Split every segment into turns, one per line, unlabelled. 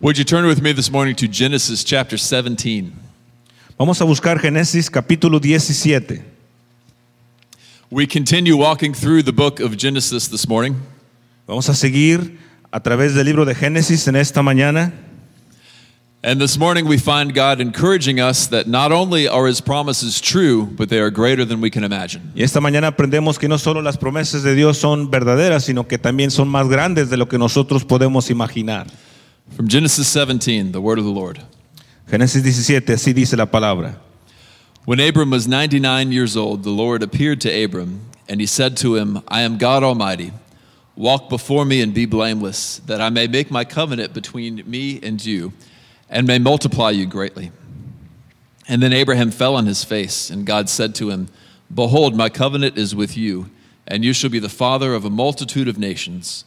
Would you turn with me this morning to Genesis chapter 17?
Vamos a buscar Génesis capítulo 17.
We continue walking through the book of Genesis this morning.
Vamos a seguir a través del libro de Génesis en esta mañana.
And this morning we find God encouraging us that not only are his promises true, but they are greater than we can imagine.
Y esta mañana aprendemos que no solo las promesas de Dios son verdaderas, sino que también son más grandes de lo que nosotros podemos imaginar.
From Genesis 17, the word of the Lord.
Génesis 17, así dice la palabra.
When Abram was 99 years old, the Lord appeared to Abram, and he said to him, I am God Almighty. Walk before me and be blameless, that I may make my covenant between me and you, and may multiply you greatly. And then Abraham fell on his face, and God said to him, Behold, my covenant is with you, and you shall be the father of a multitude of nations.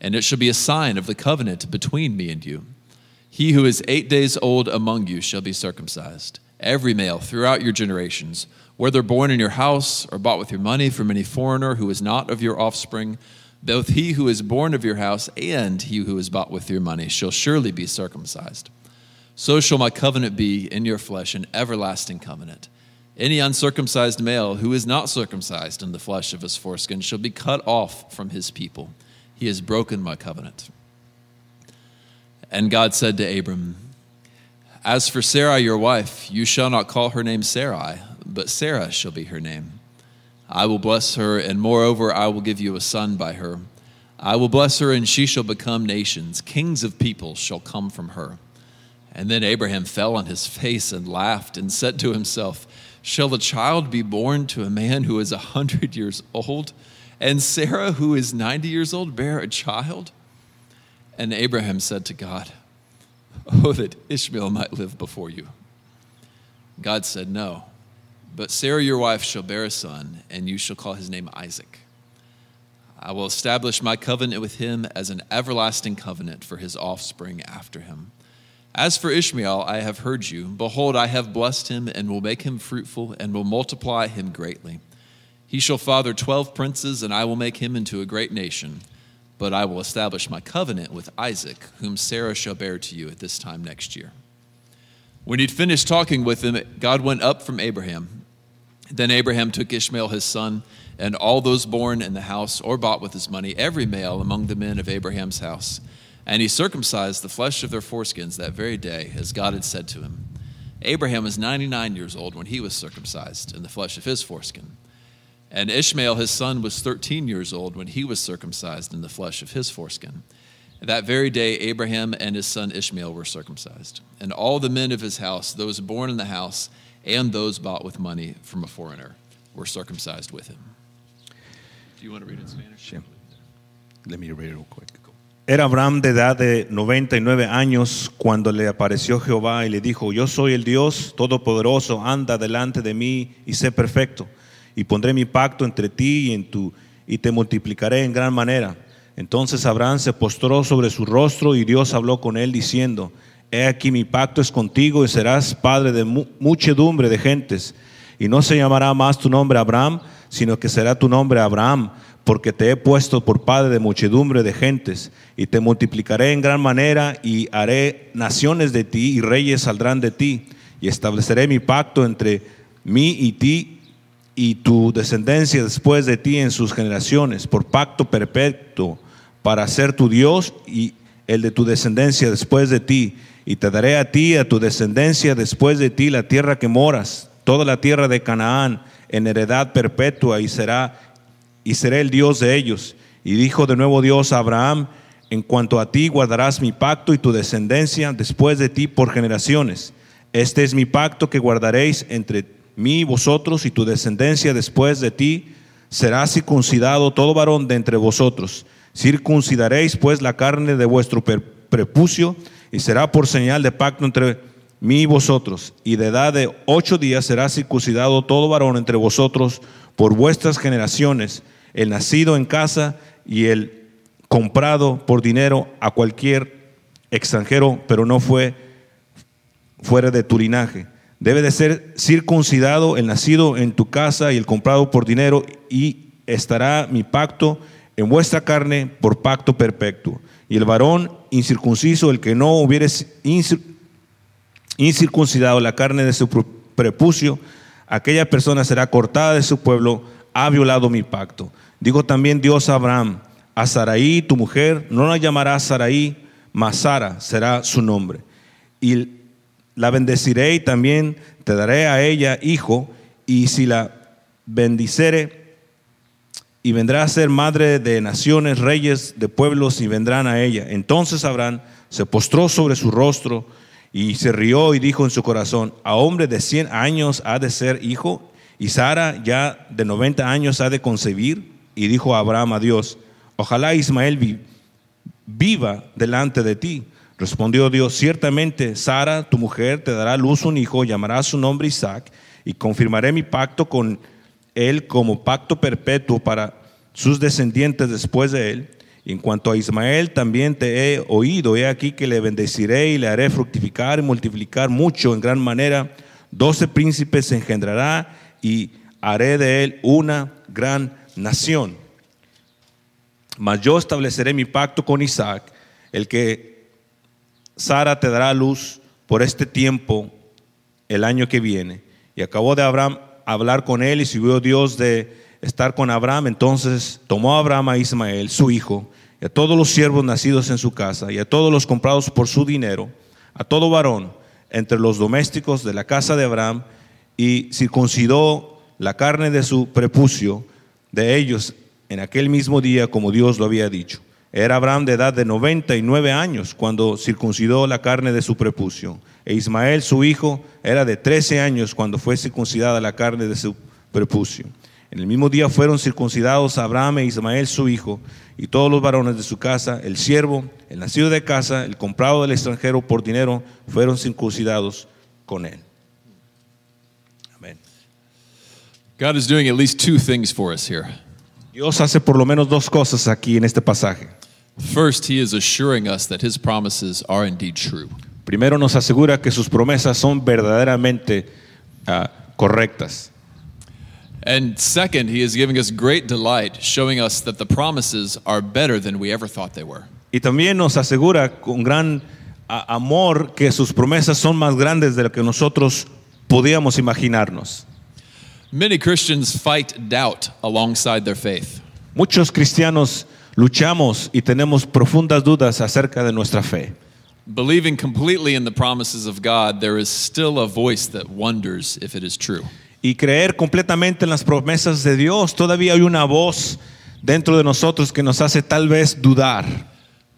and it shall be a sign of the covenant between me and you. He who is eight days old among you shall be circumcised, every male throughout your generations, whether born in your house or bought with your money from any foreigner who is not of your offspring. Both he who is born of your house and he who is bought with your money shall surely be circumcised. So shall my covenant be in your flesh, an everlasting covenant. Any uncircumcised male who is not circumcised in the flesh of his foreskin shall be cut off from his people. He has broken my covenant. And God said to Abram, As for Sarai, your wife, you shall not call her name Sarai, but Sarah shall be her name. I will bless her, and moreover, I will give you a son by her. I will bless her, and she shall become nations. Kings of people shall come from her. And then Abraham fell on his face and laughed and said to himself, Shall a child be born to a man who is a hundred years old, and Sarah, who is ninety years old, bear a child? And Abraham said to God, Oh, that Ishmael might live before you. God said, No, but Sarah your wife shall bear a son, and you shall call his name Isaac. I will establish my covenant with him as an everlasting covenant for his offspring after him. As for Ishmael, I have heard you. Behold, I have blessed him and will make him fruitful and will multiply him greatly. He shall father twelve princes, and I will make him into a great nation. But I will establish my covenant with Isaac, whom Sarah shall bear to you at this time next year. When he'd finished talking with him, God went up from Abraham. Then Abraham took Ishmael his son, and all those born in the house or bought with his money, every male among the men of Abraham's house. And he circumcised the flesh of their foreskins that very day, as God had said to him. Abraham was 99 years old when he was circumcised in the flesh of his foreskin. And Ishmael his son was 13 years old when he was circumcised in the flesh of his foreskin. That very day, Abraham and his son Ishmael were circumcised, and all the men of his house, those born in the house, and those bought with money from a foreigner, were circumcised with him. Do you want to read in Spanish?
Era Abraham de edad de 99 años cuando le apareció Jehová y le dijo, yo soy el Dios todopoderoso, anda delante de mí y sé perfecto, y pondré mi pacto entre ti y en tu y te multiplicaré en gran manera. Entonces Abraham se postró sobre su rostro y Dios habló con él diciendo, he aquí mi pacto es contigo y serás padre de mu- muchedumbre de gentes, y no se llamará más tu nombre Abraham, sino que será tu nombre Abraham, porque te he puesto por padre de muchedumbre de gentes, y te multiplicaré en gran manera, y haré naciones de ti, y reyes saldrán de ti, y estableceré mi pacto entre mí y ti, y tu descendencia después de ti en sus generaciones, por pacto perpetuo, para ser tu Dios y el de tu descendencia después de ti. Y te daré a ti, y a tu descendencia después de ti, la tierra que moras, toda la tierra de Canaán, en heredad perpetua y será y seré el Dios de ellos. Y dijo de nuevo Dios a Abraham, en cuanto a ti guardarás mi pacto y tu descendencia después de ti por generaciones. Este es mi pacto que guardaréis entre mí y vosotros y tu descendencia después de ti. Será circuncidado todo varón de entre vosotros. Circuncidaréis pues la carne de vuestro per- prepucio y será por señal de pacto entre mí y vosotros. Y de edad de ocho días será circuncidado todo varón entre vosotros por vuestras generaciones, el nacido en casa y el comprado por dinero a cualquier extranjero, pero no fue fuera de tu linaje. Debe de ser circuncidado el nacido en tu casa y el comprado por dinero, y estará mi pacto en vuestra carne por pacto perpetuo. Y el varón incircunciso, el que no hubiere incir- incircuncidado la carne de su pr- prepucio, aquella persona será cortada de su pueblo, ha violado mi pacto. Dijo también Dios a Abraham, a Saraí, tu mujer, no la llamarás Saraí, mas Sara será su nombre. Y la bendeciré y también te daré a ella hijo, y si la bendicere, y vendrá a ser madre de naciones, reyes de pueblos, y vendrán a ella. Entonces Abraham se postró sobre su rostro y se rió y dijo en su corazón, a hombre de 100 años ha de ser hijo, y Sara ya de 90 años ha de concebir. Y dijo Abraham a Dios, ojalá Ismael vi- viva delante de ti. Respondió Dios, ciertamente Sara, tu mujer, te dará a luz un hijo, llamará su nombre Isaac, y confirmaré mi pacto con él como pacto perpetuo para sus descendientes después de él. Y en cuanto a Ismael, también te he oído, he aquí que le bendeciré y le haré fructificar y multiplicar mucho en gran manera. Doce príncipes se engendrará y haré de él una gran nación. Mas yo estableceré mi pacto con Isaac, el que Sara te dará a luz por este tiempo el año que viene. Y acabó de Abraham hablar con él y siguió Dios de estar con Abraham. Entonces tomó Abraham a Ismael, su hijo, y a todos los siervos nacidos en su casa, y a todos los comprados por su dinero, a todo varón entre los domésticos de la casa de Abraham, y circuncidó la carne de su prepucio de ellos en aquel mismo día como Dios lo había dicho. Era Abraham de edad de 99 años cuando circuncidó la carne de su prepucio. E Ismael, su hijo, era de 13 años cuando fue circuncidada la carne de su prepucio. En el mismo día fueron circuncidados Abraham e Ismael, su hijo, y todos los varones de su casa, el siervo, el nacido de casa, el comprado del extranjero por dinero, fueron circuncidados con él. Amén.
God is doing at least two things for us here.
Dios hace por lo menos dos cosas aquí en este pasaje.
First, he is assuring us that his promises are indeed true.
Primero nos asegura que sus promesas son verdaderamente ah, correctas.
And second, he is giving us great delight, showing us that the promises are better than we ever thought they were.
Y también nos asegura con gran ah, amor que sus promesas son más grandes de lo que nosotros podíamos imaginarnos.
Many Christians fight doubt alongside their faith.
Muchos cristianos luchamos y tenemos profundas dudas acerca de nuestra fe.
Believing completely in the promises of God, there is still a voice that wonders if it is true.
Y creer completamente en las promesas de Dios, todavía hay una voz dentro de nosotros que nos hace tal vez dudar.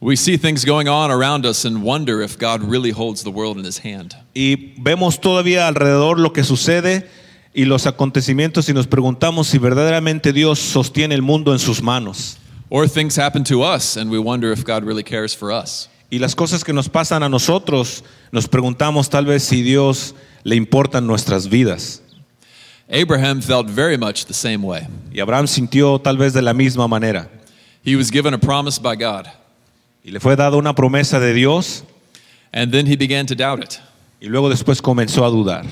We see things going on around us and wonder if God really holds the world in his hand.
y vemos todavía alrededor lo que sucede y los acontecimientos y nos preguntamos si verdaderamente Dios sostiene el mundo en sus manos.
Or things happen to us and we wonder if God really cares for us.
Y las cosas que nos pasan a nosotros, nos preguntamos tal vez si Dios le importan nuestras vidas.
Abraham felt very much the same way.
Y Abraham sintió tal vez de la misma manera.
He was given a promise by God,
Y le fue dada una promesa de Dios
and then he began to doubt it.
y luego después comenzó a dudar.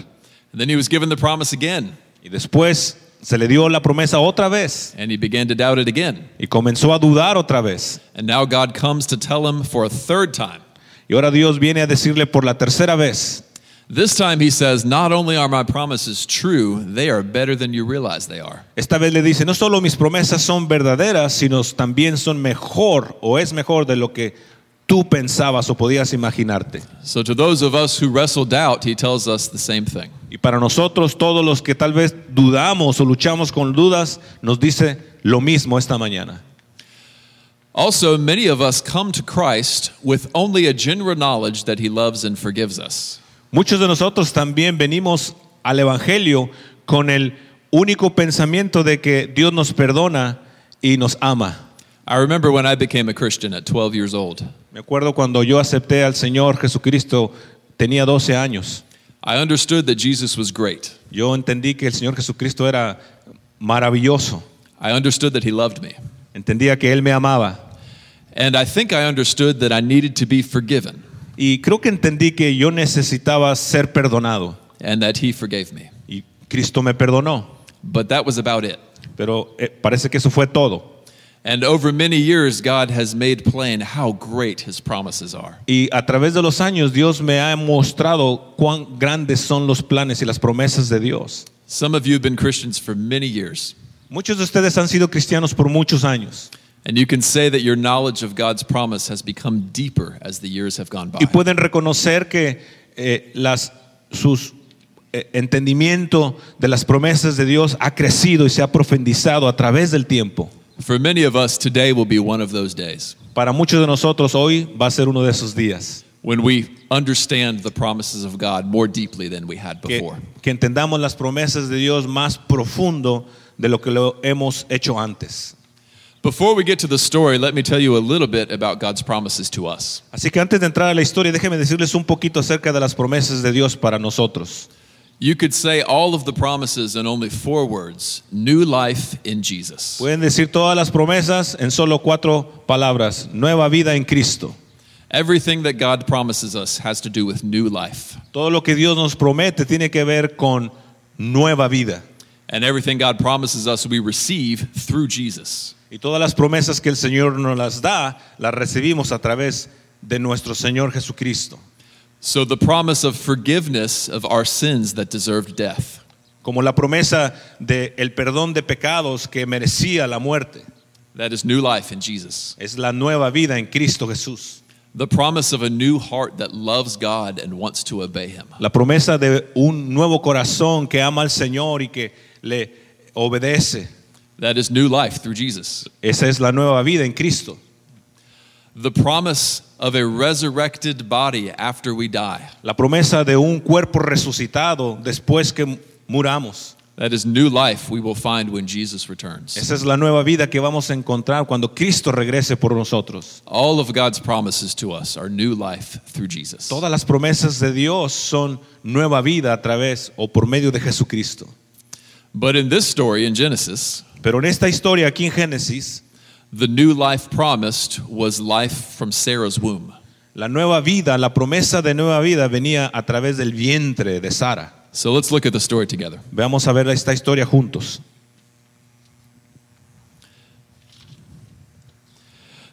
And then he was given the promise again,
Y después se le dio la promesa otra vez
and he began to doubt it again.
y comenzó a dudar otra vez.
And now God comes to tell him for a third time.
Y ahora Dios viene a decirle por la tercera vez,
This time he says, Not only are my promises true, they are better than you realize they are.
Esta vez le dice, no solo mis promesas son verdaderas, sino también son mejor o es mejor de lo que tú pensabas o podías imaginarte.
So, to those of us who wrestle doubt, he tells us the same thing.
Y para nosotros, todos los que tal vez dudamos o luchamos con dudas, nos dice lo mismo esta mañana.
Also, many of us come to Christ with only a general knowledge that he loves and forgives us.
Muchos de nosotros también venimos al Evangelio con el único pensamiento de que Dios nos perdona y nos ama.
I remember when I became a Christian at 12 years old.
Me acuerdo cuando yo acepté al Señor Jesucristo, tenía 12 años.
I understood that Jesus was great.
Yo entendí que el Señor Jesucristo era maravilloso.
I understood that he loved me.
Entendía que Él me amaba.
And I think I understood that I needed to be forgiven
Y creo que entendí que yo necesitaba ser perdonado.
and that he forgave me.
Y Cristo me perdonó.
But that was about it.
Pero eh, parece que eso fue todo.
And over many years, God has made plain how great his promises are.
Y a través de los años Dios me ha mostrado cuán grandes son los planes y las promesas de Dios.
Some of you have been Christians for many years,
Muchos de ustedes han sido cristianos por muchos años
and you can say that your knowledge of God's promise has become deeper as the years have gone by.
y pueden reconocer que eh, las, sus eh, entendimiento de las promesas de Dios ha crecido y se ha profundizado a través del tiempo.
For many of us, today will be one of those days
Para muchos de nosotros hoy va a ser uno de esos días
when we understand the promises of God more deeply than we had
que,
before.
que entendamos las promesas de Dios más profundo de lo que lo hemos hecho antes.
Before we get to the story, let me tell you a little bit about God's promises to us.
Así que antes de entrar a la historia, déjenme decirles un poquito acerca de las promesas de Dios para nosotros.
You could say all of the promises in only four words new life in Jesus.
Pueden decir todas las promesas en solo cuatro palabras. Nueva vida en Cristo.
Everything that God promises us has to do with new life,
Todo lo que Dios nos promete tiene que ver con nueva vida.
and everything God promises us we receive through Jesus.
Y todas las promesas que el Señor nos las da, las recibimos a través de nuestro Señor Jesucristo.
So, the promise of forgiveness of our sins that deserved death,
Como la promesa del perdón de pecados que merecía la muerte.
that is new life in Jesus.
Es la nueva vida en Cristo Jesús.
The promise of a new heart that loves God and wants to obey Him.
La promesa de un nuevo corazón que ama al Señor y que le obedece.
That is new life through Jesus.
Esa es la nueva vida en Cristo.
The promise of a resurrected body after we die.
La promesa de un cuerpo resucitado después que muramos.
That is new life we will find when Jesus returns.
Esa es la nueva vida que vamos a encontrar cuando Cristo regrese por nosotros.
All of God's promises to us are new life through Jesus.
Todas las promesas de Dios son nueva vida a través o por medio de Jesucristo.
But in this story in Genesis,
Pero en esta historia aquí en Génesis,
the new life promised was life from Sarah's womb.
la nueva vida, la promesa de nueva vida venía a través del vientre de Sara.
So let's look at the story together.
Veamos a ver esta historia juntos.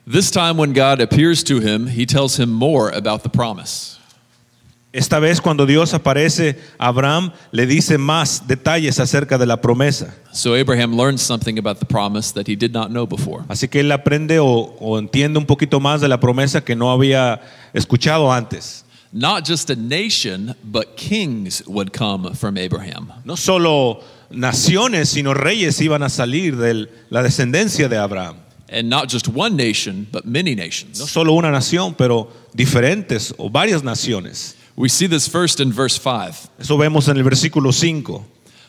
This time, when God appears to him, he tells him more about the promise.
Esta vez cuando Dios aparece, Abraham le dice más detalles acerca de la promesa.
So Abraham learns something about the promise that he did not know before.
Así que él aprende o, o entiende un poquito más de la promesa que no había escuchado antes.
Not just a nation, but kings would come from Abraham.
No solo naciones, sino reyes iban a salir de la descendencia de Abraham.
And not just one nation, but many
No
nations.
solo una nación, pero diferentes o varias naciones.
We see this first in verse 5.
Eso vemos en el versículo 5.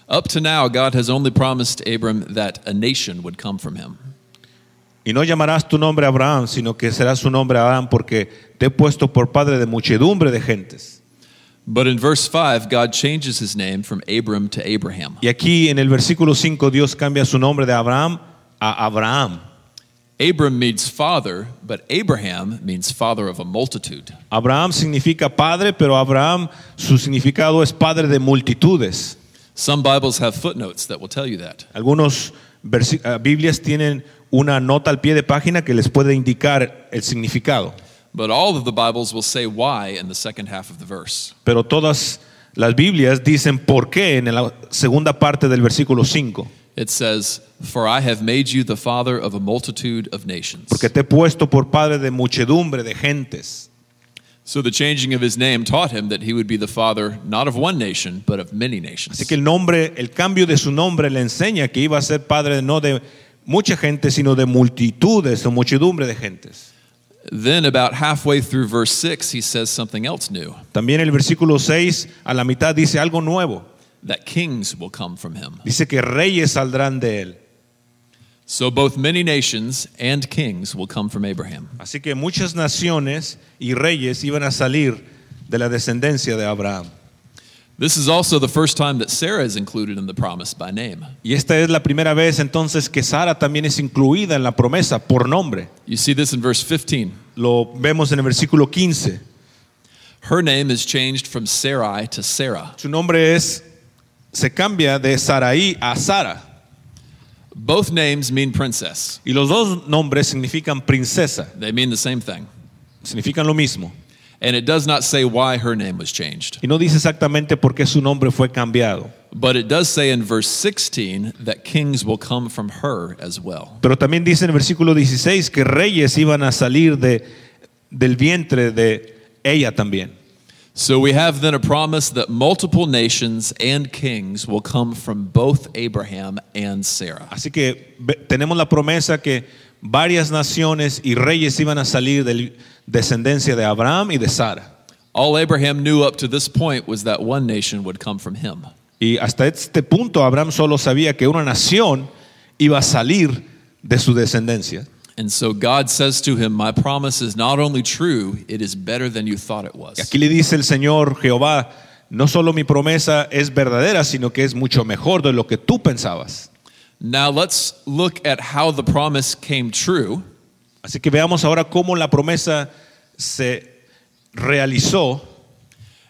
Up to now, God has only promised Abram that a nation would come from him.
Y no llamarás tu nombre Abraham, sino que será su nombre Abraham, porque te he puesto por padre de muchedumbre de gentes.
But in verse 5, God changes his name from Abram to Abraham.
Y aquí en el versículo 5 Dios cambia su nombre de Abraham a Abraham.
Abram means father, but Abraham means father of a multitude.
Abraham significa padre, pero Abraham su significado es padre de multitudes.
Some Bibles have footnotes that will tell you that.
Algunos versi- ah, Biblias tienen una nota al pie de página que les puede indicar el significado,
But all of the Bibles will say why in the second half of the verse.
pero todas las Biblias dicen por qué en la segunda parte del versículo 5.
It says, For I have made you the father of a multitude of nations.
porque te he puesto por padre de muchedumbre de gentes.
So the changing of his name taught him that he would be the father not of one nation, but of many nations.
Así que el nombre, el cambio de su nombre le enseña que iba a ser padre no de mucha gente, sino de multitudes o muchedumbre de gentes.
Then, about halfway through verse 6, he says something else new
También el versículo 6 a la mitad dice algo nuevo.
that kings will come from him.
Dice que reyes saldrán de él.
So both many nations and kings will come from Abraham.
Así que muchas naciones y reyes iban a salir de la descendencia de Abraham.
This is also the first time that Sarah is included in the promise by name.
Y esta es la primera vez entonces que Sara también es incluida en la promesa por nombre.
You see this in verse 15.
Lo vemos en el versículo 15.
Her name is changed from Sarai to Sarah.
Su nombre es, se cambia de Saraí a Sara.
Both names mean princess,
Y los dos nombres significan princesa,
they mean the same thing.
significan lo mismo.
And it does not say why her name was changed.
Y no dice exactamente por qué su nombre fue cambiado.
But it does say in verse 16 that kings will come from her as well.
Pero también dice en el versículo 16 que reyes iban a salir de, del vientre de ella también.
So we have then a promise that multiple nations and kings will come from both Abraham and Sarah.
Así que ve- tenemos la promesa que varias naciones y reyes iban a salir de descendencia de Abraham y de Sara.
All Abraham knew up to this point was that one nation would come from him.
Y hasta este punto Abraham solo sabía que una nación iba a salir de su descendencia.
And so God says to him, My promise is not only true, it is better than you thought it
Y
was.
aquí le dice el Señor Jehová, no solo mi promesa es verdadera, sino que es mucho mejor de lo que tú pensabas.
Now let's look at how the promise came true
Así que veamos ahora cómo la promesa se realizó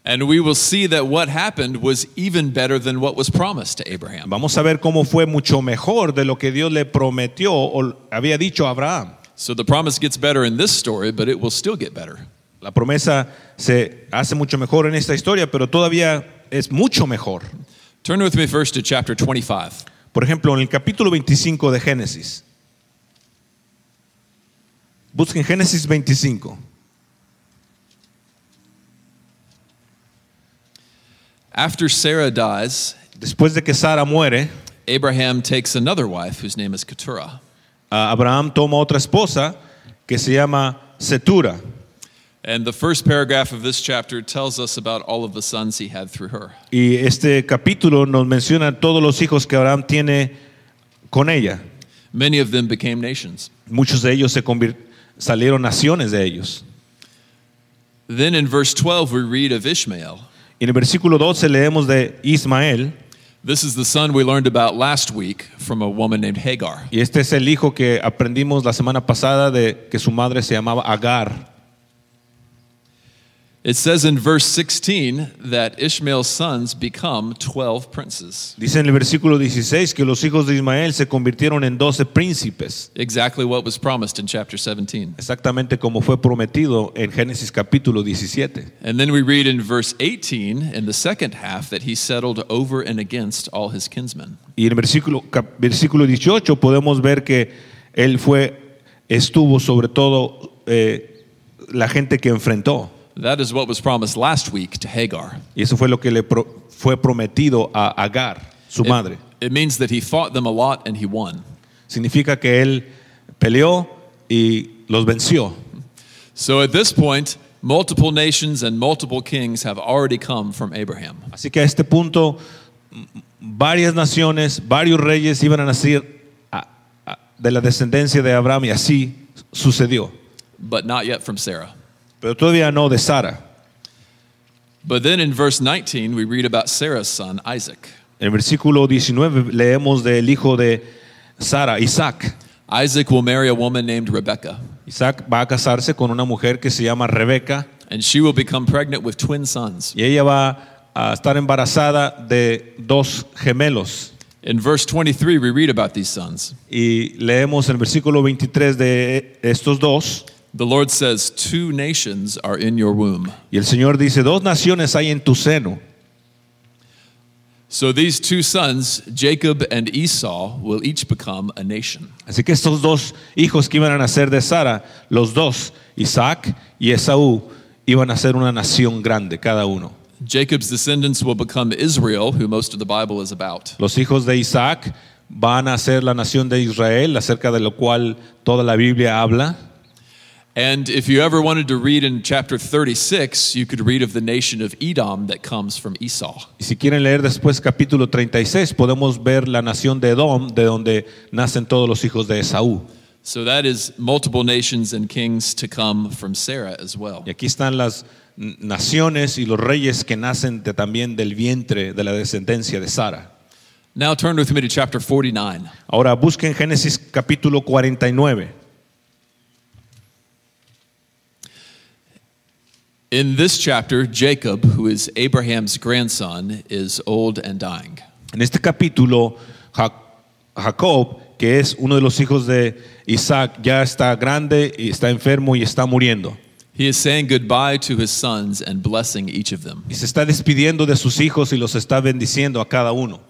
And we will see that what happened was even better than what was promised to Abraham.
Vamos a ver cómo fue mucho mejor de lo que Dios le prometió o había dicho a Abraham.
So the promise gets better in this story, but it will still get better.
La promesa se hace mucho mejor en esta historia, pero todavía es mucho mejor.
Turn with me first to chapter 25.
Por ejemplo, en el capítulo 25 de Génesis. Busquen Génesis 25.
After Sarah dies,
Después de que Sara muere,
Abraham takes another wife whose name is Keturah.
a Abraham toma otra esposa que se llama Setura.
And the first paragraph of this chapter tells us about all of the sons he had through her.
Y este capítulo nos menciona todos los hijos que Abraham tiene con ella.
Many of them became nations.
Muchos de ellos se convir- salieron naciones de ellos.
Then in verse 12, we read of Ishmael.
Y en el versículo 12 leemos de Ismael,
This is the son we learned about last week from a woman named Hagar.
y este es el hijo que aprendimos la semana pasada de que su madre se llamaba Agar.
It says in verse 16 that Ishmael's sons become 12 princes,
Dice en el versículo 16 que los hijos de Ismael se convirtieron en 12 príncipes,
exactly what was promised in chapter 17.
exactamente como fue prometido en Génesis capítulo 17.
And then we read in verse 18 in the second half that he settled over and against all his kinsmen.
Y en el versículo, cap- versículo 18 podemos ver que él fue, estuvo sobre todo eh, la gente que enfrentó.
That is what was promised last week to Hagar.
Y eso fue lo que le pro- fue prometido a Agar, su
It-
madre.
it means that he fought them a lot and he won.
Significa que él peleó y los venció.
So at this point, multiple nations and multiple kings have already come from Abraham.
Así que a este punto, m- varias naciones, varios reyes iban a nacer a- a- de la descendencia de Abraham y así sucedió.
But not yet from Sarah.
Pero todavía no de Sara.
But then in verse 19, we read about Sarah's son, Isaac.
En el versículo 19 leemos del hijo de Sara, Isaac.
Isaac will marry a woman named Rebekah,
Isaac va a casarse con una mujer que se llama Rebeca
and she will become pregnant with twin sons.
y ella va a estar embarazada de dos gemelos.
In verse 23, we read about these sons.
Y leemos el versículo 23 de estos dos.
The Lord says, Two nations are in your womb.
Y el Señor dice, dos naciones hay en tu seno.
So these two sons, Jacob and Esau, will each become a nation.
Así que estos dos hijos que iban a nacer de Sara, los dos, Isaac y Esaú, iban a ser una nación grande, cada uno.
Jacob's descendants will become Israel, who most of the Bible is about.
Los hijos de Isaac van a ser la nación de Israel, acerca de lo cual toda la Biblia habla.
And if you ever wanted to read in chapter 36, you could read of the nation of Edom that comes from Esau.
Y si quieren leer después capítulo 36, podemos ver la nación de Edom, de donde nacen todos los hijos de Esaú.
So that is multiple nations and kings to come from Sarah as well.
Y aquí están las n- naciones y los reyes que nacen de- también del vientre de la descendencia de Sara.
Now turn with me to chapter 49.
Ahora busquen Génesis capítulo 49.
In this chapter, Jacob, who is Abraham's grandson, is old and dying.
En este capítulo, Ja- Jacob, que es uno de los hijos de Isaac, ya está grande y está enfermo y está muriendo.
He is saying goodbye to his sons and blessing each of them.
Y se está despidiendo de sus hijos y los está bendiciendo a cada uno.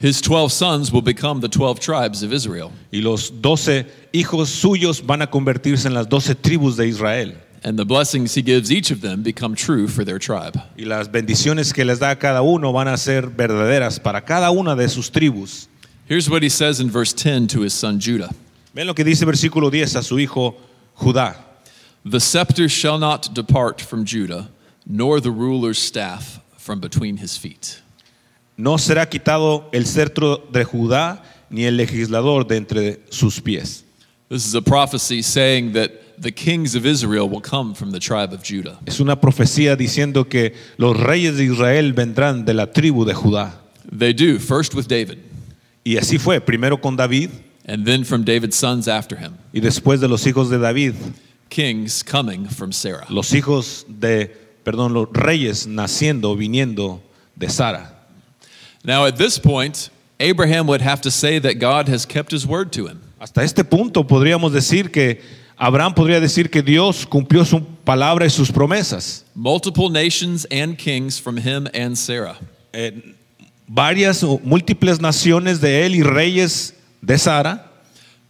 His 12 sons will become the 12 tribes of Israel,
Y los doce hijos suyos van a convertirse en las doce tribus de Israel.
and the blessings he gives each of them become true for their tribe.
Y las bendiciones que les da a cada uno van a ser verdaderas para cada una de sus tribus.
Here's what he says in verse 10 to his son Judah
Ven lo que dice versículo 10 a su hijo Judá.
The scepter shall not depart from Judah, nor the ruler's staff from between his feet.
No será quitado el cetro de Judá ni el legislador de entre sus pies.
This is a prophecy saying that the kings of Israel will come from the tribe of Judah.
Es una profecía diciendo que los reyes de Israel vendrán de la tribu de Judá.
They do, first with David,
Y así fue, primero con David
and then from David's sons after him,
y después de los hijos de David,
kings coming from Sarah.
los hijos de, perdón, los reyes naciendo, viniendo de Sara.
Now, at this point, Abraham would have to say that God has kept his word to him.
Hasta este punto podríamos decir que Abraham podría decir que Dios cumplió su palabra y sus promesas.
Multiple nations and kings from him and Sarah.
Eh, varias o múltiples naciones de él y reyes de Sara.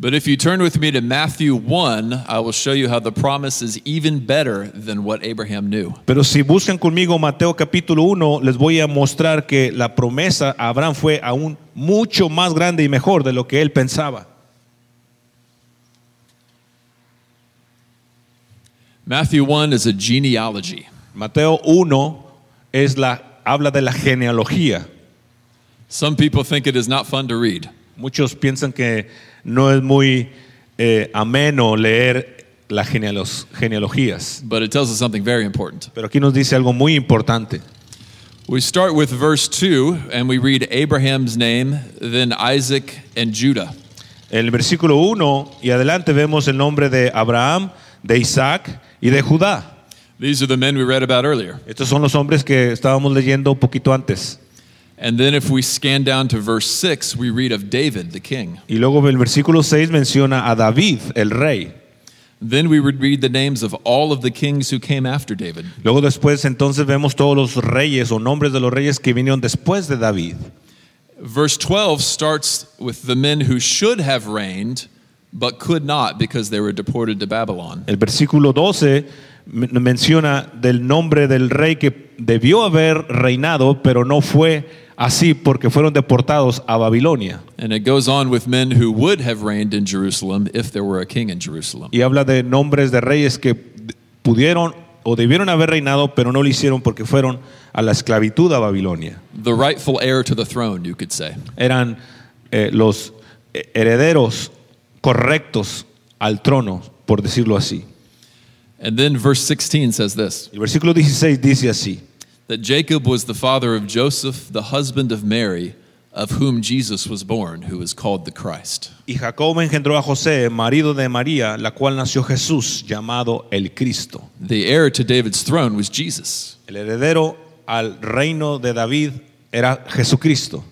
But if you turn with me to Matthew 1, I will show you how the promise is even better than what Abraham knew.
Pero si buscan conmigo Mateo capítulo 1, les voy a mostrar que la promesa a Abraham fue aún mucho más grande y mejor de lo que él pensaba.
Matthew 1 is a genealogy.
Mateo 1 es la, habla de la genealogía.
Some people think it is not fun to read.
Muchos piensan que no es muy eh, ameno leer las genealos- genealogías,
but it tells us something very important.
pero aquí nos dice algo muy importante.
We start with verse 2 and we read Abraham's name, then Isaac and Judah.
En el versículo 1 y adelante vemos el nombre de Abraham, de Isaac y de Judá.
These are the men we read about earlier.
Estos son los hombres que estábamos leyendo un poquito antes.
And then if we scan down to verse 6, we read of David, the king.
Y luego el versículo 6 menciona a David, el rey.
Then we would read the names of all of the kings who came after David.
Luego después entonces vemos todos los reyes o nombres de los reyes que vinieron después de David.
Verse 12 starts with the men who should have reigned but could not because they were deported to Babylon.
El versículo 12 men- menciona del nombre del rey que debió haber reinado, pero no fue así porque fueron deportados a Babilonia.
And it goes on with men who would have reigned in Jerusalem if there were a king in Jerusalem.
Y habla de nombres de reyes que d- pudieron o debieron haber reinado, pero no lo hicieron porque fueron a la esclavitud a Babilonia.
the rightful heir to the throne, you could say.
Eran eh, los eh, herederos correctos al trono, por decirlo así.
And then verse 16 says this
El versículo 16 dice así.
that Jacob was the father of Joseph, the husband of Mary, of whom Jesus was born, who is called the Christ.
Y Jacob engendró a José, marido de María, la cual nació Jesús, llamado el Cristo.
The heir to David's throne was Jesus.
El heredero al reino de David era Jesucristo.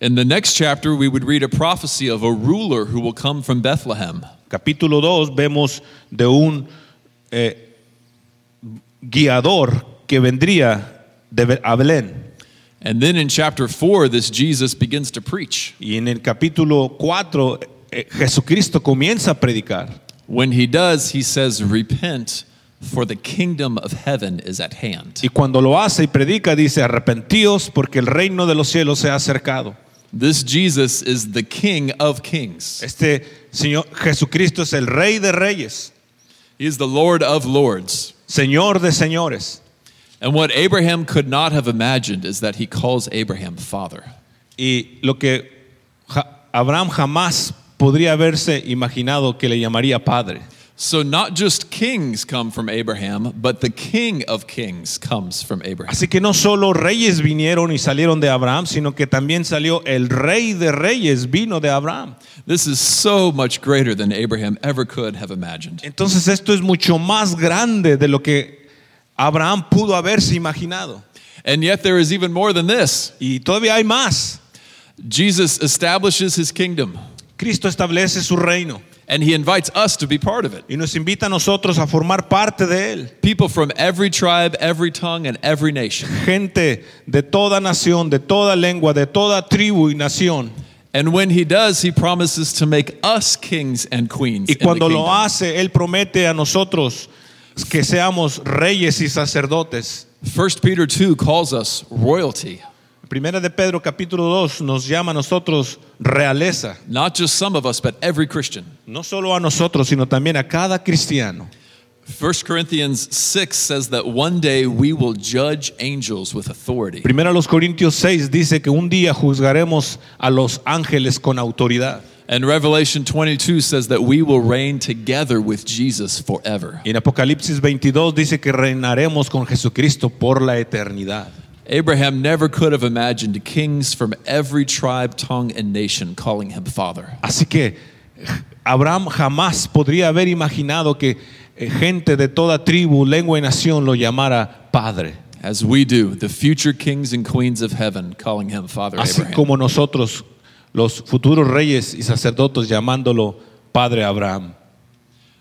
In the next chapter, we would read a prophecy of a ruler who will come from Bethlehem.
Capítulo 2 vemos de un eh, guiador que vendría de Be- a Belén.
And then in chapter 4, this Jesus begins to preach.
Y en el capítulo 4, eh, Jesucristo comienza a predicar.
When he does, he says, Repent, for the kingdom of heaven is at hand.
Y cuando lo hace y predica, dice, arrepentíos porque el reino de los cielos se ha acercado.
This Jesus is the King of kings,
Este Señor Jesucristo es el Rey de Reyes,
he is the Lord of lords.
Señor de señores.
And what Abraham could not have imagined is that he calls Abraham father.
Y lo que Ja- Abraham jamás podría haberse imaginado que le llamaría Padre.
So not just kings come from Abraham, but the King of kings comes from Abraham.
Así que no solo reyes vinieron y salieron de Abraham, sino que también salió el Rey de Reyes, vino de Abraham.
This is so much greater than Abraham ever could have imagined.
Entonces esto es mucho más grande de lo que Abraham pudo haberse imaginado.
And yet there is even more than this.
Y todavía hay más.
Jesus establishes his kingdom,
Cristo establece su reino
and he invites us to be part of it.
y nos invita a nosotros a formar parte de él.
People from every tribe, every tongue, and every nation.
gente de toda nación, de toda lengua, de toda tribu y nación.
And when he does, he promises to make us kings and queens.
Y
in the
cuando
kingdom.
lo hace, Él promete a nosotros que seamos reyes y sacerdotes.
1 Peter 2 calls us royalty,
Primera de Pedro capítulo 2 nos llama a nosotros realeza,
not just some of us, but every Christian.
no solo a nosotros, sino también a cada cristiano.
1 Corinthians 6 says that one day we will judge angels with authority.
Primera los Corintios 6 dice que un día juzgaremos a los ángeles con autoridad.
And Revelation 22 says that we will reign together with Jesus forever.
Y en Apocalipsis 22 dice que reinaremos con Jesucristo por la eternidad.
Abraham never could have imagined kings from every tribe, tongue, and nation calling him father.
Así que Abraham jamás podría haber imaginado que eh, gente de toda tribu, lengua y nación lo llamara padre.
As we do, the future kings and queens of heaven calling him Father
Así
Abraham.
como nosotros, los futuros reyes y sacerdotes, llamándolo padre Abraham.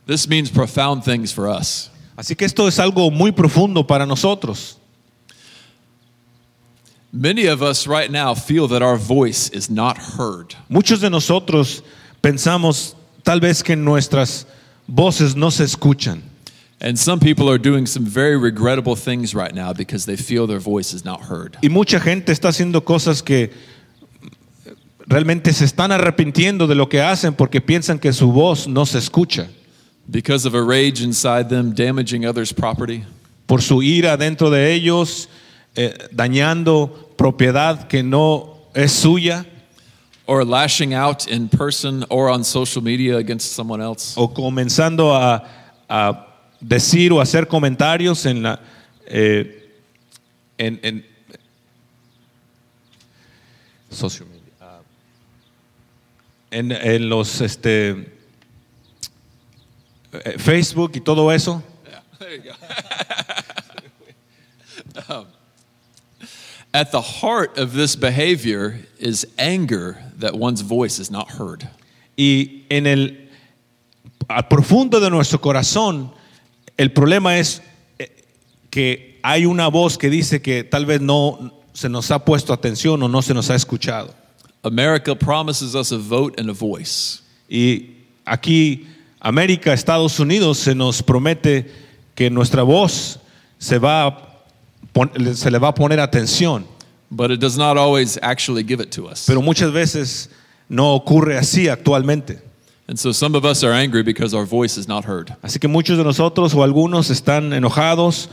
This means profound things for us.
Así que esto es algo muy profundo para nosotros.
Many of us right now feel that our voice is not heard.
Muchos de nosotros pensamos tal vez que nuestras voces no se escuchan.
And some people are doing some very regrettable things right now because they feel their voice is not heard.
Y mucha gente está haciendo cosas que realmente se están arrepintiendo de lo que hacen porque piensan que su voz no se escucha.
Because of a rage inside them, damaging others' property,
Por su ira dentro de ellos, eh, dañando propiedad que no es suya
or lashing out in person or on social media against someone else.
o comenzando a, a decir o hacer comentarios en la... eh, en, en- social media, ah, en, en los este, eh, Facebook y todo eso.
At the heart of this behavior is anger that one's voice is not heard.
Y en el al profundo de nuestro corazón, el problema es eh, que hay una voz que dice que tal vez no se nos ha puesto atención o no se nos ha escuchado.
America promises us a vote and a voice.
Y aquí, América, Estados Unidos, se nos promete que nuestra voz se, va a pon- se le va a poner atención,
But it does not always actually give it to us.
pero muchas veces no ocurre así actualmente.
And so some of us are angry because our voice is not heard.
Así que muchos de nosotros o algunos están enojados,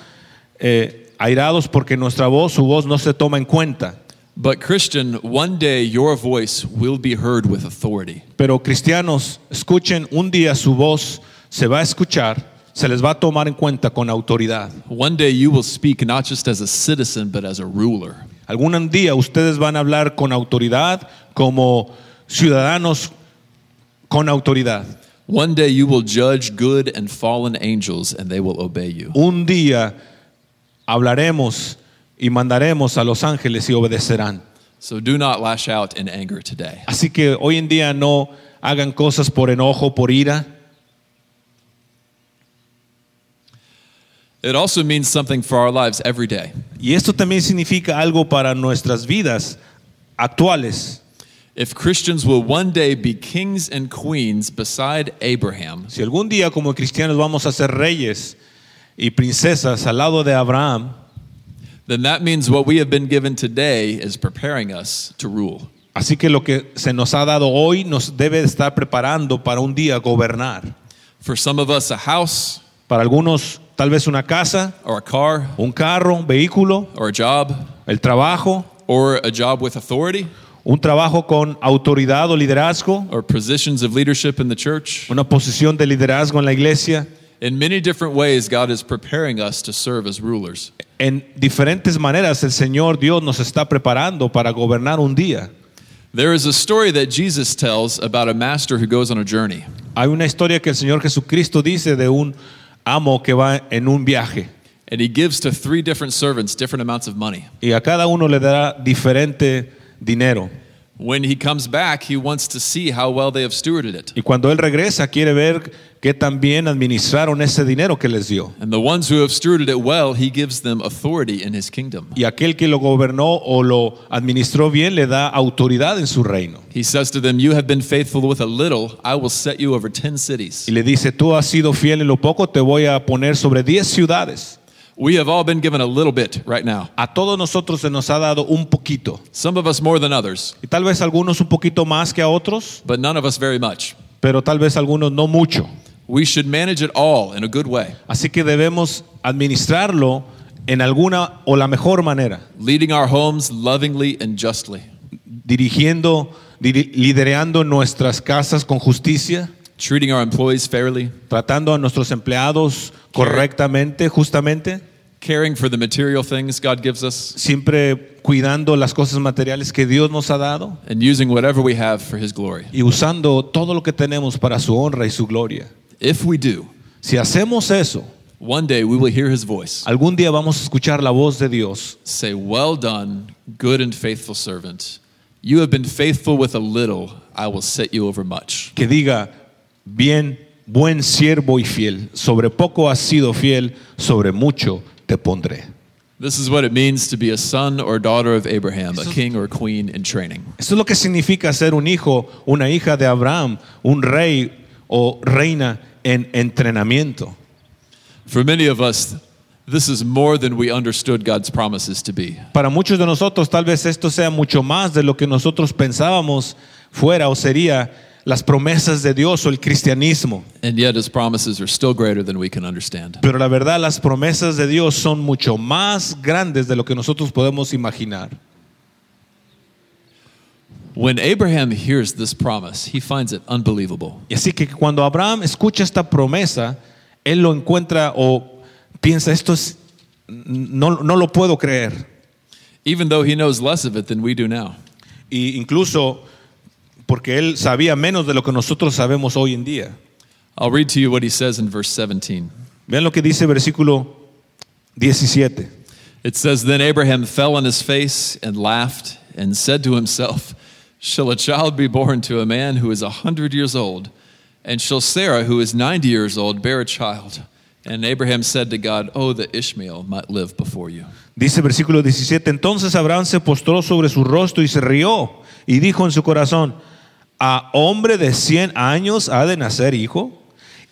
eh, airados porque nuestra voz, su voz no se toma en cuenta.
But, Christian, one day your voice will be heard with authority.
Pero cristianos, escuchen, un día su voz se va a escuchar, se les va a tomar en cuenta con autoridad.
One day you will speak not just as a citizen, but as a ruler.
Algún día ustedes van a hablar con autoridad como ciudadanos con autoridad.
One day you will judge good and fallen angels, and they will obey you.
Un día hablaremos y mandaremos a los ángeles y obedecerán.
So, do not lash out in anger today.
Así que hoy en día no hagan cosas por enojo, por ira.
It also means something for our lives every day.
Y esto también significa algo para nuestras vidas actuales.
If Christians will one day be kings and queens beside Abraham,
Si algún día como cristianos vamos a ser reyes y princesas al lado de Abraham,
then that means what we have been given today is preparing us to rule.
así que lo que se nos ha dado hoy nos debe estar preparando para un día gobernar.
For some of us, a house
Para algunos tal vez una casa,
or a car
un carro, un vehículo,
or a job
el trabajo,
or a job with authority
un trabajo con autoridad o liderazgo,
or positions of leadership in the church.
una posición de liderazgo en la iglesia.
In many different ways, God is preparing us to serve as rulers.
En diferentes maneras el Señor Dios nos está preparando para gobernar un día.
There is a story that Jesus tells about a master who goes on a journey.
Hay una historia que el Señor Jesucristo dice de un amo que va en un viaje
And he gives to three different servants different amounts of money.
y a cada uno le dará diferente dinero.
When he comes back, he wants to see how well they have stewarded it.
Y cuando Él regresa quiere ver que también administraron ese dinero que les dio.
And the ones who have stewarded it well, he gives them authority in his kingdom.
Y aquel que lo gobernó o lo administró bien le da autoridad en su reino.
He says to them, You have been faithful with a little, I will set you over 10
Y
cities.
le dice, tú has sido fiel en lo poco, te voy a poner sobre 10 ciudades.
We have all been given a little bit right now,
A todos nosotros se nos ha dado un poquito.
some of us more than others,
Y tal vez algunos un poquito más que a otros,
but none of us very much.
pero tal vez algunos no mucho.
We should manage it all in a good way,
Así que debemos administrarlo en alguna o la mejor manera,
leading our homes lovingly and justly,
dirigiendo, diri- lidereando nuestras casas con justicia,
treating our employees fairly,
tratando a nuestros empleados correctamente, justamente,
caring for the material things God gives us,
siempre cuidando las cosas materiales que Dios nos ha dado
and using whatever we have for his glory.
y usando todo lo que tenemos para su honra y su gloria.
If we do,
Si hacemos eso,
one day we will hear his voice
algún día vamos a escuchar la voz de Dios
say, Well done, good and faithful servant. You have been faithful with a little, I will set you over much.
que diga, bien, buen siervo y fiel, sobre poco has sido fiel, sobre mucho te pondré.
This is what it means to be a son or daughter of Abraham, a king or queen in training.
Esto es lo que significa ser un hijo, una hija de Abraham, un rey o reina en entrenamiento.
For many of us, this is more than we understood God's promises to be.
Para muchos de nosotros tal vez esto sea mucho más de lo que nosotros pensábamos fuera o sería las promesas de Dios o el cristianismo.
And yet, his promises are still greater than we can understand.
Pero la verdad las promesas de Dios son mucho más grandes de lo que nosotros podemos imaginar.
When Abraham hears this promise, he finds it unbelievable.
Y así que cuando Abraham escucha esta promesa, él lo encuentra o piensa, esto es, no, no lo puedo creer.
Even though he knows less of it than we do now,
Y incluso porque él sabía menos de lo que nosotros sabemos hoy en día.
I'll read to you what he says in verse 17.
Vean lo que dice versículo 17.
It says, Then Abraham fell on his face and laughed and said to himself, Shall a child be born to a man who is a hundred years old? And shall Sarah, who is ninety years old, bear a child? And Abraham said to God, Oh, that Ishmael might live before you.
Dice versículo 17, entonces Abraham se postró sobre su rostro y se rió y dijo en su corazón, a hombre de 100 años ha de nacer hijo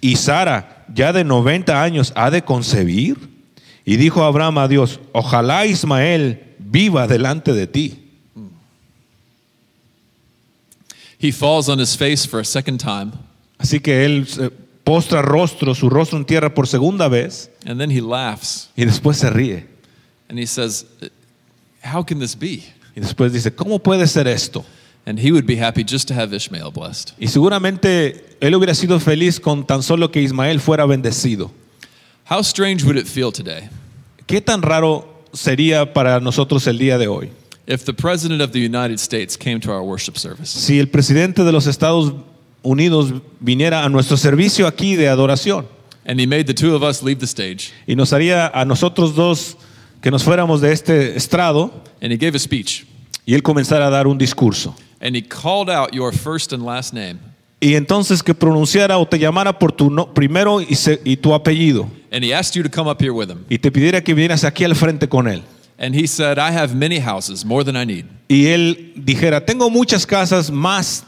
y Sara ya de 90 años ha de concebir. Y dijo Abraham a Dios, ojalá Ismael viva delante de ti.
He falls on his face for a second time,
Así que él se postra rostro, su rostro en tierra por segunda vez
and then he laughs
y después se ríe.
and he says, How can this be?
Y después dice, ¿cómo puede ser esto?
And he would be happy just to have Ishmael blessed.
Y seguramente él hubiera sido feliz con tan solo que Ismael fuera bendecido.
How strange would it feel today
¿Qué tan raro sería para nosotros el día de hoy?
if the President of the United States came to our worship service?
Si el presidente de los Estados Unidos viniera a nuestro servicio aquí de adoración
And he made the two of us leave the stage
y nos haría a nosotros dos que nos fuéramos de este estrado
and he gave a speech
y él comenzara a dar un discurso.
and he called out your first and last name
Y entonces que pronunciara o te llamara por tu no- primero y, se- y tu apellido.
and he asked you to come up here with him.
y te pidiera que vinieras aquí al frente con él
And he said, I have many houses, more than I need.
y él dijera, tengo muchas casas más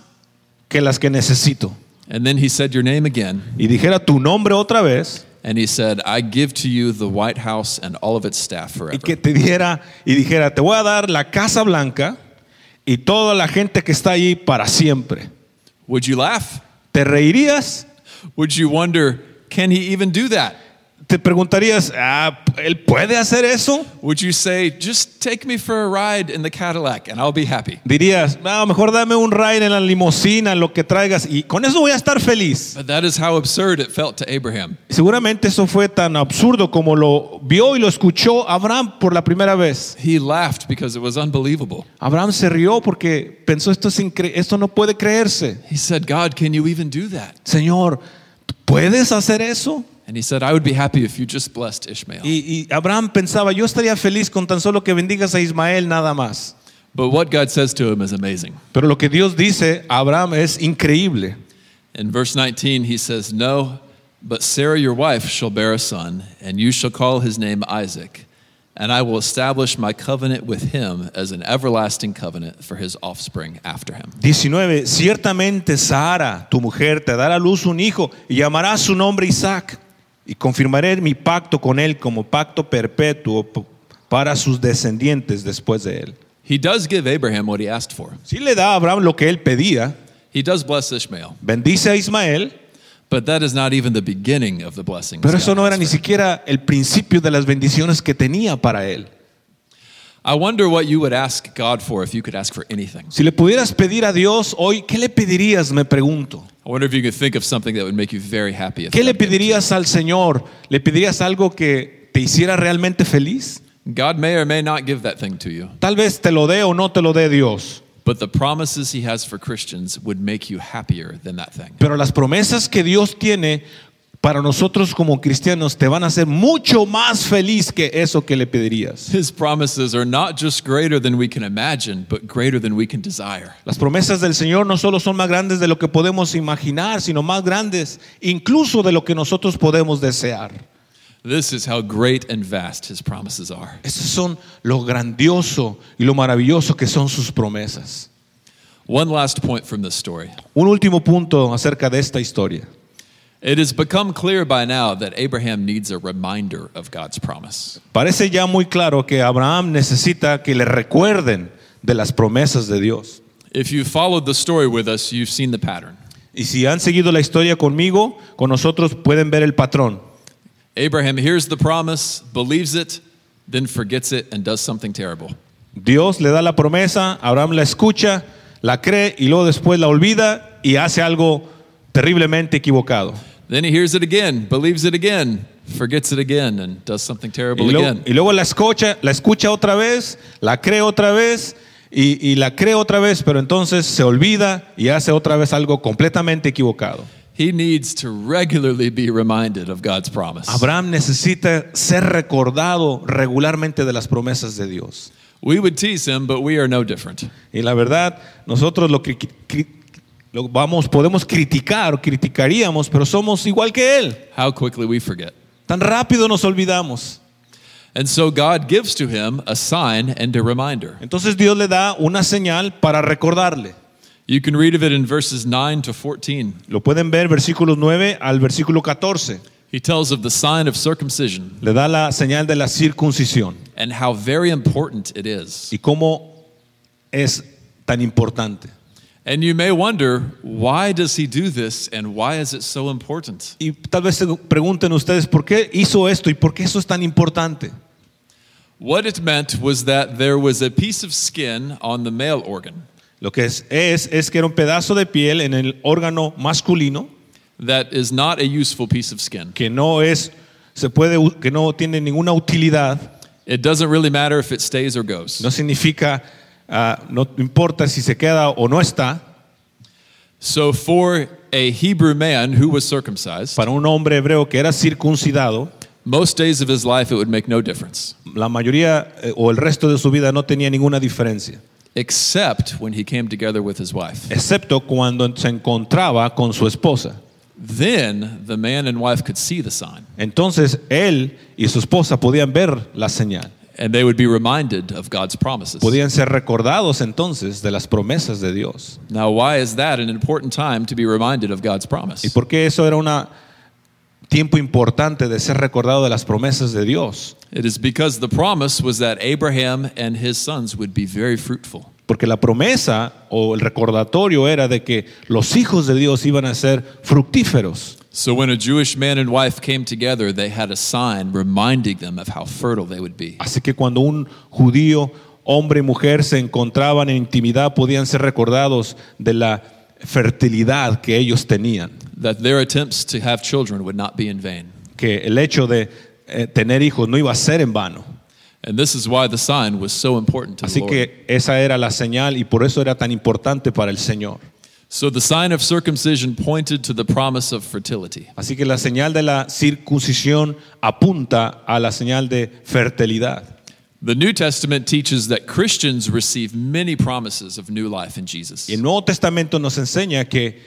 que las que necesito,
And then he said your name again.
y dijera tu nombre otra vez,
And he said, I give to you the White House and all of its staff
y
forever.
que te diera, y dijera, te voy a dar la Casa Blanca y toda la gente que está allí para siempre.
Would you laugh?
¿Te reirías?
Would you wonder, can he even do that?
¿Te preguntarías, ah, él puede hacer eso?
Would you say, just take me for a ride in the Cadillac and I'll be happy?
Dirías, no, mejor dame un ride en la limusina, lo que traigas, y con eso voy a estar feliz.
But that is how absurd it felt to Abraham.
Seguramente eso fue tan absurdo como lo vio y lo escuchó Abraham por la primera vez.
He laughed because it was unbelievable.
Abraham se rió porque pensó esto, es incre- esto no puede creerse.
He said, God, can you even do that?
Señor, ¿tú ¿puedes hacer eso?
And he said, I would be happy if you just blessed Ishmael.
Y, y Abraham pensaba, yo estaría feliz con tan solo que bendigas a Ismael nada más.
But what God says to him is amazing.
Pero lo que Dios dice a Abraham es increíble.
In verse 19, he says, No, but Sarah your wife shall bear a son, and you shall call his name Isaac. And I will establish my covenant with him as an everlasting covenant for his offspring after him.
19. Ciertamente Sara, tu mujer, te dará a luz un hijo y llamará su nombre Isaac. Y confirmaré mi pacto con él como pacto perpetuo p- para sus descendientes después de él.
He does give Abraham what he asked for.
Si le da a Abraham lo que él pedía,
He does bless Ishmael,
bendice a Ismael,
but that is not even the beginning of the blessings.
pero
God
eso no era
has
ni
for him.
siquiera el principio de las bendiciones que tenía para él.
I wonder what you would ask God for if you could ask for anything.
Si le pudieras pedir a Dios hoy, ¿qué le pedirías? Me pregunto.
I wonder if you could think of something that would make you very happy. If
¿Qué le
God gave it to you.
pedirías al Señor? ¿Le pedirías algo que te hiciera realmente feliz?
God may or may not give that thing to you.
Tal vez te lo dé o no te lo dé Dios.
But the promises he has for Christians would make you happier than that thing.
Pero las promesas que Dios tiene para nosotros como cristianos te van a hacer mucho más feliz que eso que le pedirías.
His promises are not just greater than we can imagine, but greater than we can desire.
Las promesas del Señor no solo son más grandes de lo que podemos imaginar, sino más grandes incluso de lo que nosotros podemos desear.
This is how great and vast his promises are.
Esos son lo grandioso y lo maravilloso que son sus promesas.
One last point from this story.
Un último punto acerca de esta historia.
It has become clear by now that Abraham needs a reminder of God's promise.
Parece ya muy claro que Abraham necesita que le recuerden de las promesas de Dios.
If you followed the story with us, you've seen the pattern.
Y si han seguido la historia conmigo, con nosotros pueden ver el patrón.
Abraham hears the promise, believes it, then forgets it, and does something terrible.
Dios le da la promesa, Abraham la escucha, la cree y luego después la olvida y hace algo terriblemente equivocado.
Then he hears it again, believes it again, forgets it again, and does something terrible
Y luego,
again.
y luego la escucha, la escucha otra vez, la cree otra vez y, y la cree otra vez, pero entonces se olvida y hace otra vez algo completamente equivocado.
He needs to regularly be reminded of God's promise.
Abraham necesita ser recordado regularmente de las promesas de Dios.
We would tease him, but we are no different.
Y la verdad, nosotros lo, cri- cri- lo vamos, podemos criticar, criticaríamos, pero somos igual que él.
How quickly we forget.
Tan rápido nos olvidamos.
And so God gives to him a sign and a reminder.
Entonces Dios le da una señal para recordarle.
You can read of it in verses 9 to 14.
Lo pueden ver versículos 9 al versículo 14.
He tells of the sign of circumcision
Le da la señal de la circuncisión
and how very important it is.
y cómo es tan importante.
And you may wonder, why does he do this and why is it so important?
Y tal vez se pregunten ustedes por qué hizo esto y por qué eso es tan importante.
What it meant was that there was a piece of skin on the male organ
Lo que es, es es que era un pedazo de piel en el órgano masculino
that is not a useful piece of skin.
que no es se puede u- que no tiene ninguna utilidad.
It doesn't really matter if it stays or goes.
No significa ah, no importa si se queda o no está.
So, for a Hebrew man who was circumcised,
Para un hombre hebreo que era circuncidado,
most days of his life it would make no difference,
la mayoría eh, o el resto de su vida no tenía ninguna diferencia,
except when he came together with his wife.
excepto cuando se encontraba con su esposa.
Then the man and wife could see the sign,
Entonces él y su esposa podían ver la señal.
and they would be reminded of God's promises.
Podían ser recordados entonces de las promesas de Dios.
Now, why is that an important time to be reminded of God's promise?
¿Y por qué eso era un tiempo importante de ser recordado de las promesas de Dios?
It is because the promise was that Abraham and his sons would be very fruitful.
Porque la promesa o el recordatorio era de que los hijos de Dios iban a ser fructíferos.
So when a Jewish man and wife came together, they had a sign reminding them of how fertile they would be.
Así que cuando un judío, hombre y mujer se encontraban en intimidad, podían ser recordados de la fertilidad que ellos tenían.
that their attempts to have children would not be in vain.
Que el hecho de eh, tener hijos no iba a ser en vano.
And this is why the sign was so important to the
Así
Lord.
que esa era la señal y por eso era tan importante para el Señor.
So the sign of circumcision pointed to the promise of fertility.
Así que la señal de la circuncisión apunta a la señal de fertilidad.
The New Testament teaches that Christians receive many promises of new life in Jesus.
Y el Nuevo Testamento nos enseña que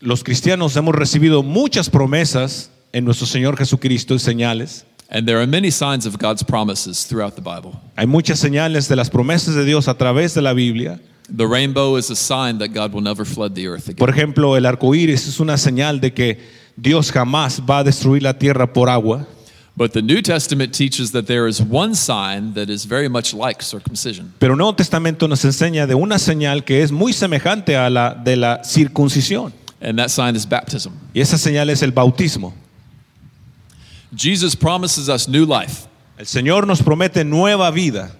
los cristianos hemos recibido muchas promesas en nuestro Señor Jesucristo y señales.
And there are many signs of God's promises throughout the Bible.
Hay muchas señales de las promesas de Dios a través de la Biblia.
The rainbow is a sign that God will never flood the earth again.
Por ejemplo, el arco iris es una señal de que Dios jamás va a destruir la tierra por agua.
But the New Testament teaches that there is one sign that is very much like circumcision.
Pero el Nuevo Testamento nos enseña de una señal que es muy semejante a la de la circuncisión.
And that sign is baptism.
Y esa señal es el bautismo.
Jesus promises us new life.
El Señor nos promete nueva vida.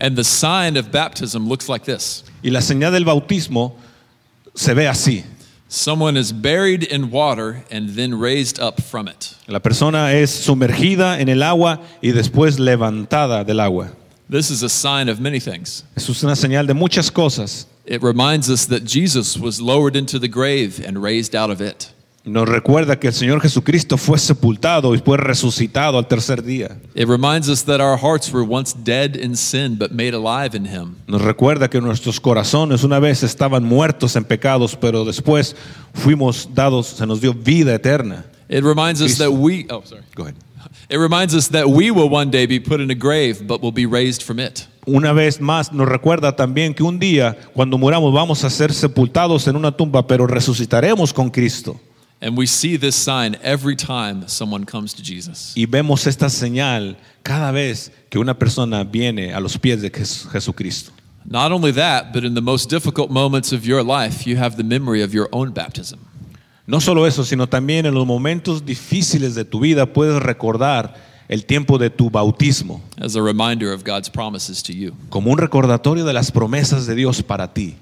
And the sign of baptism looks like this
Y la señal del bautismo se ve así.
someone is buried in water and then raised up from it.
La persona es sumergida en el agua y después levantada del agua.
This is a sign of many things.
Eso es una señal de muchas cosas.
It reminds us that Jesus was lowered into the grave and raised out of it.
Nos recuerda que el Señor Jesucristo fue sepultado y fue resucitado al tercer día.
It reminds us that our hearts were once dead in sin but made alive in Him.
Nos recuerda que nuestros corazones una vez estaban muertos en pecados, pero después fuimos dados, se nos dio vida eterna.
It reminds us that we oh sorry.
Go ahead.
It reminds us that we will one day be put in a grave but will be raised from it.
Una vez más nos recuerda también que un día, cuando muramos, vamos a ser sepultados en una tumba, pero resucitaremos con Cristo.
And we see this sign every time someone comes to Jesus.
Y vemos esta señal cada vez que una persona viene a los pies de Jes- Jesucristo.
Not only that, but in the most difficult moments of your life, you have the memory of your own baptism.
No solo eso, sino también en los momentos difíciles de tu vida puedes recordar el tiempo de tu bautismo
as a reminder of God's promises to you.
como un recordatorio de las promesas de Dios para ti.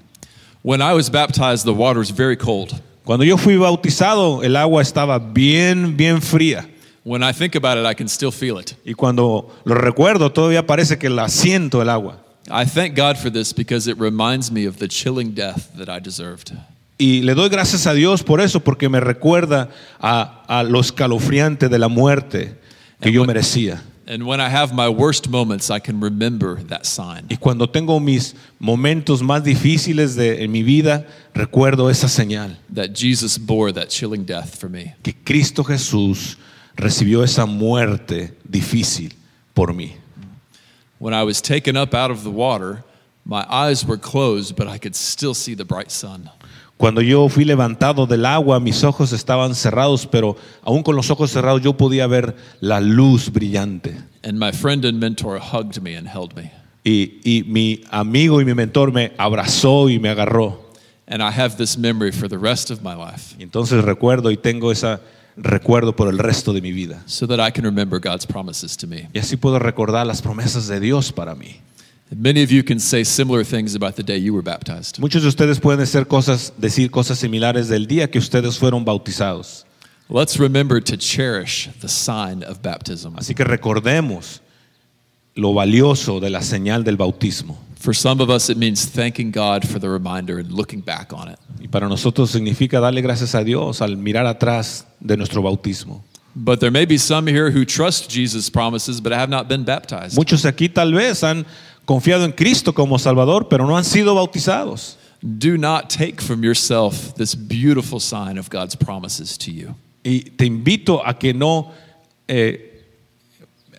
When I was baptized, the water was very cold.
Cuando yo fui bautizado, el agua estaba bien, bien fría.
When I think about it, I can still feel it.
Y cuando lo recuerdo, todavía parece que la siento el agua.
I thank God for this because it reminds me of the chilling death that I deserved.
Y le doy gracias a Dios por eso, porque me recuerda a, a lo escalofriante de la muerte que yo merecía.
And when I have my worst moments, I can remember that sign.
Y cuando tengo mis momentos más difíciles de, en mi vida, recuerdo esa señal,
That Jesus bore that chilling death for me.
que Cristo Jesús recibió esa muerte difícil por mí.
When I was taken up out of the water, my eyes were closed, but I could still see the bright sun.
Cuando yo fui levantado del agua, mis ojos estaban cerrados, pero aún con los ojos cerrados yo podía ver la luz brillante.
And my friend and mentor hugged me and held me.
Y, y mi amigo y mi mentor me abrazó y me agarró.
And I have this memory for the rest of my life.
Y entonces recuerdo y tengo ese recuerdo por el resto de mi vida.
so that I can remember God's promises to me.
Y así puedo recordar las promesas de Dios para mí.
Many of you can say similar things about the day you were baptized.
Muchos de ustedes pueden hacer cosas, decir cosas similares del día que ustedes fueron bautizados.
Let's remember to cherish the sign of baptism.
Así que recordemos lo valioso de la señal del bautismo.
For some of us, it means thanking God for the reminder and looking back on it.
Y para nosotros significa darle gracias a Dios al mirar atrás de nuestro bautismo.
But there may be some here who trust Jesus' promises but have not been baptized.
Muchos aquí tal vez han confiado en Cristo como Salvador, pero no han sido bautizados.
Do not take from yourself this beautiful sign of God's promises to you.
Y te invito a que no, eh,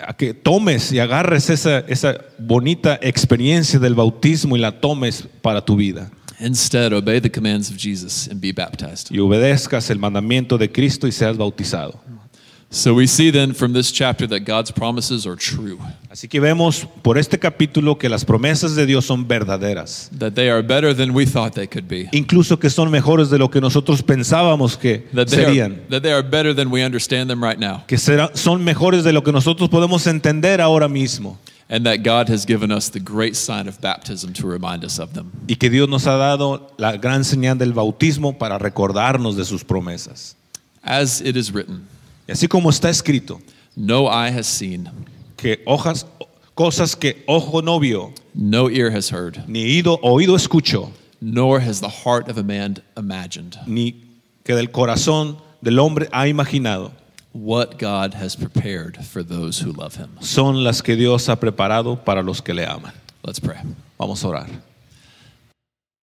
a que tomes y agarres esa, esa bonita experiencia del bautismo y la tomes para tu vida.
Instead, obey the commands of Jesus and be baptized.
Y obedezcas el mandamiento de Cristo y seas bautizado.
So we see then from this chapter that God's promises are true,
Así que vemos por este capítulo que las promesas de Dios son verdaderas.
that they are better than we thought they could be,
Incluso que son mejores de lo que nosotros pensábamos que
that they, are,
serían.
that they are better than we understand them right now,
Que será- son mejores de lo que nosotros podemos entender ahora mismo.
and that God has given us the great sign of baptism to remind us of them.
y que Dios nos ha dado la gran señal del bautismo para recordarnos de sus promesas.
As it is written,
Y así como está escrito,
no eye has seen,
que hojas, cosas que ojo no vio,
no ear has heard,
ni ido, oído escuchó,
nor has the heart of a man imagined
ni que del corazón del hombre ha imaginado,
what God has prepared for those who love him.
son las que Dios ha preparado para los que le aman.
Let's pray.
Vamos a orar.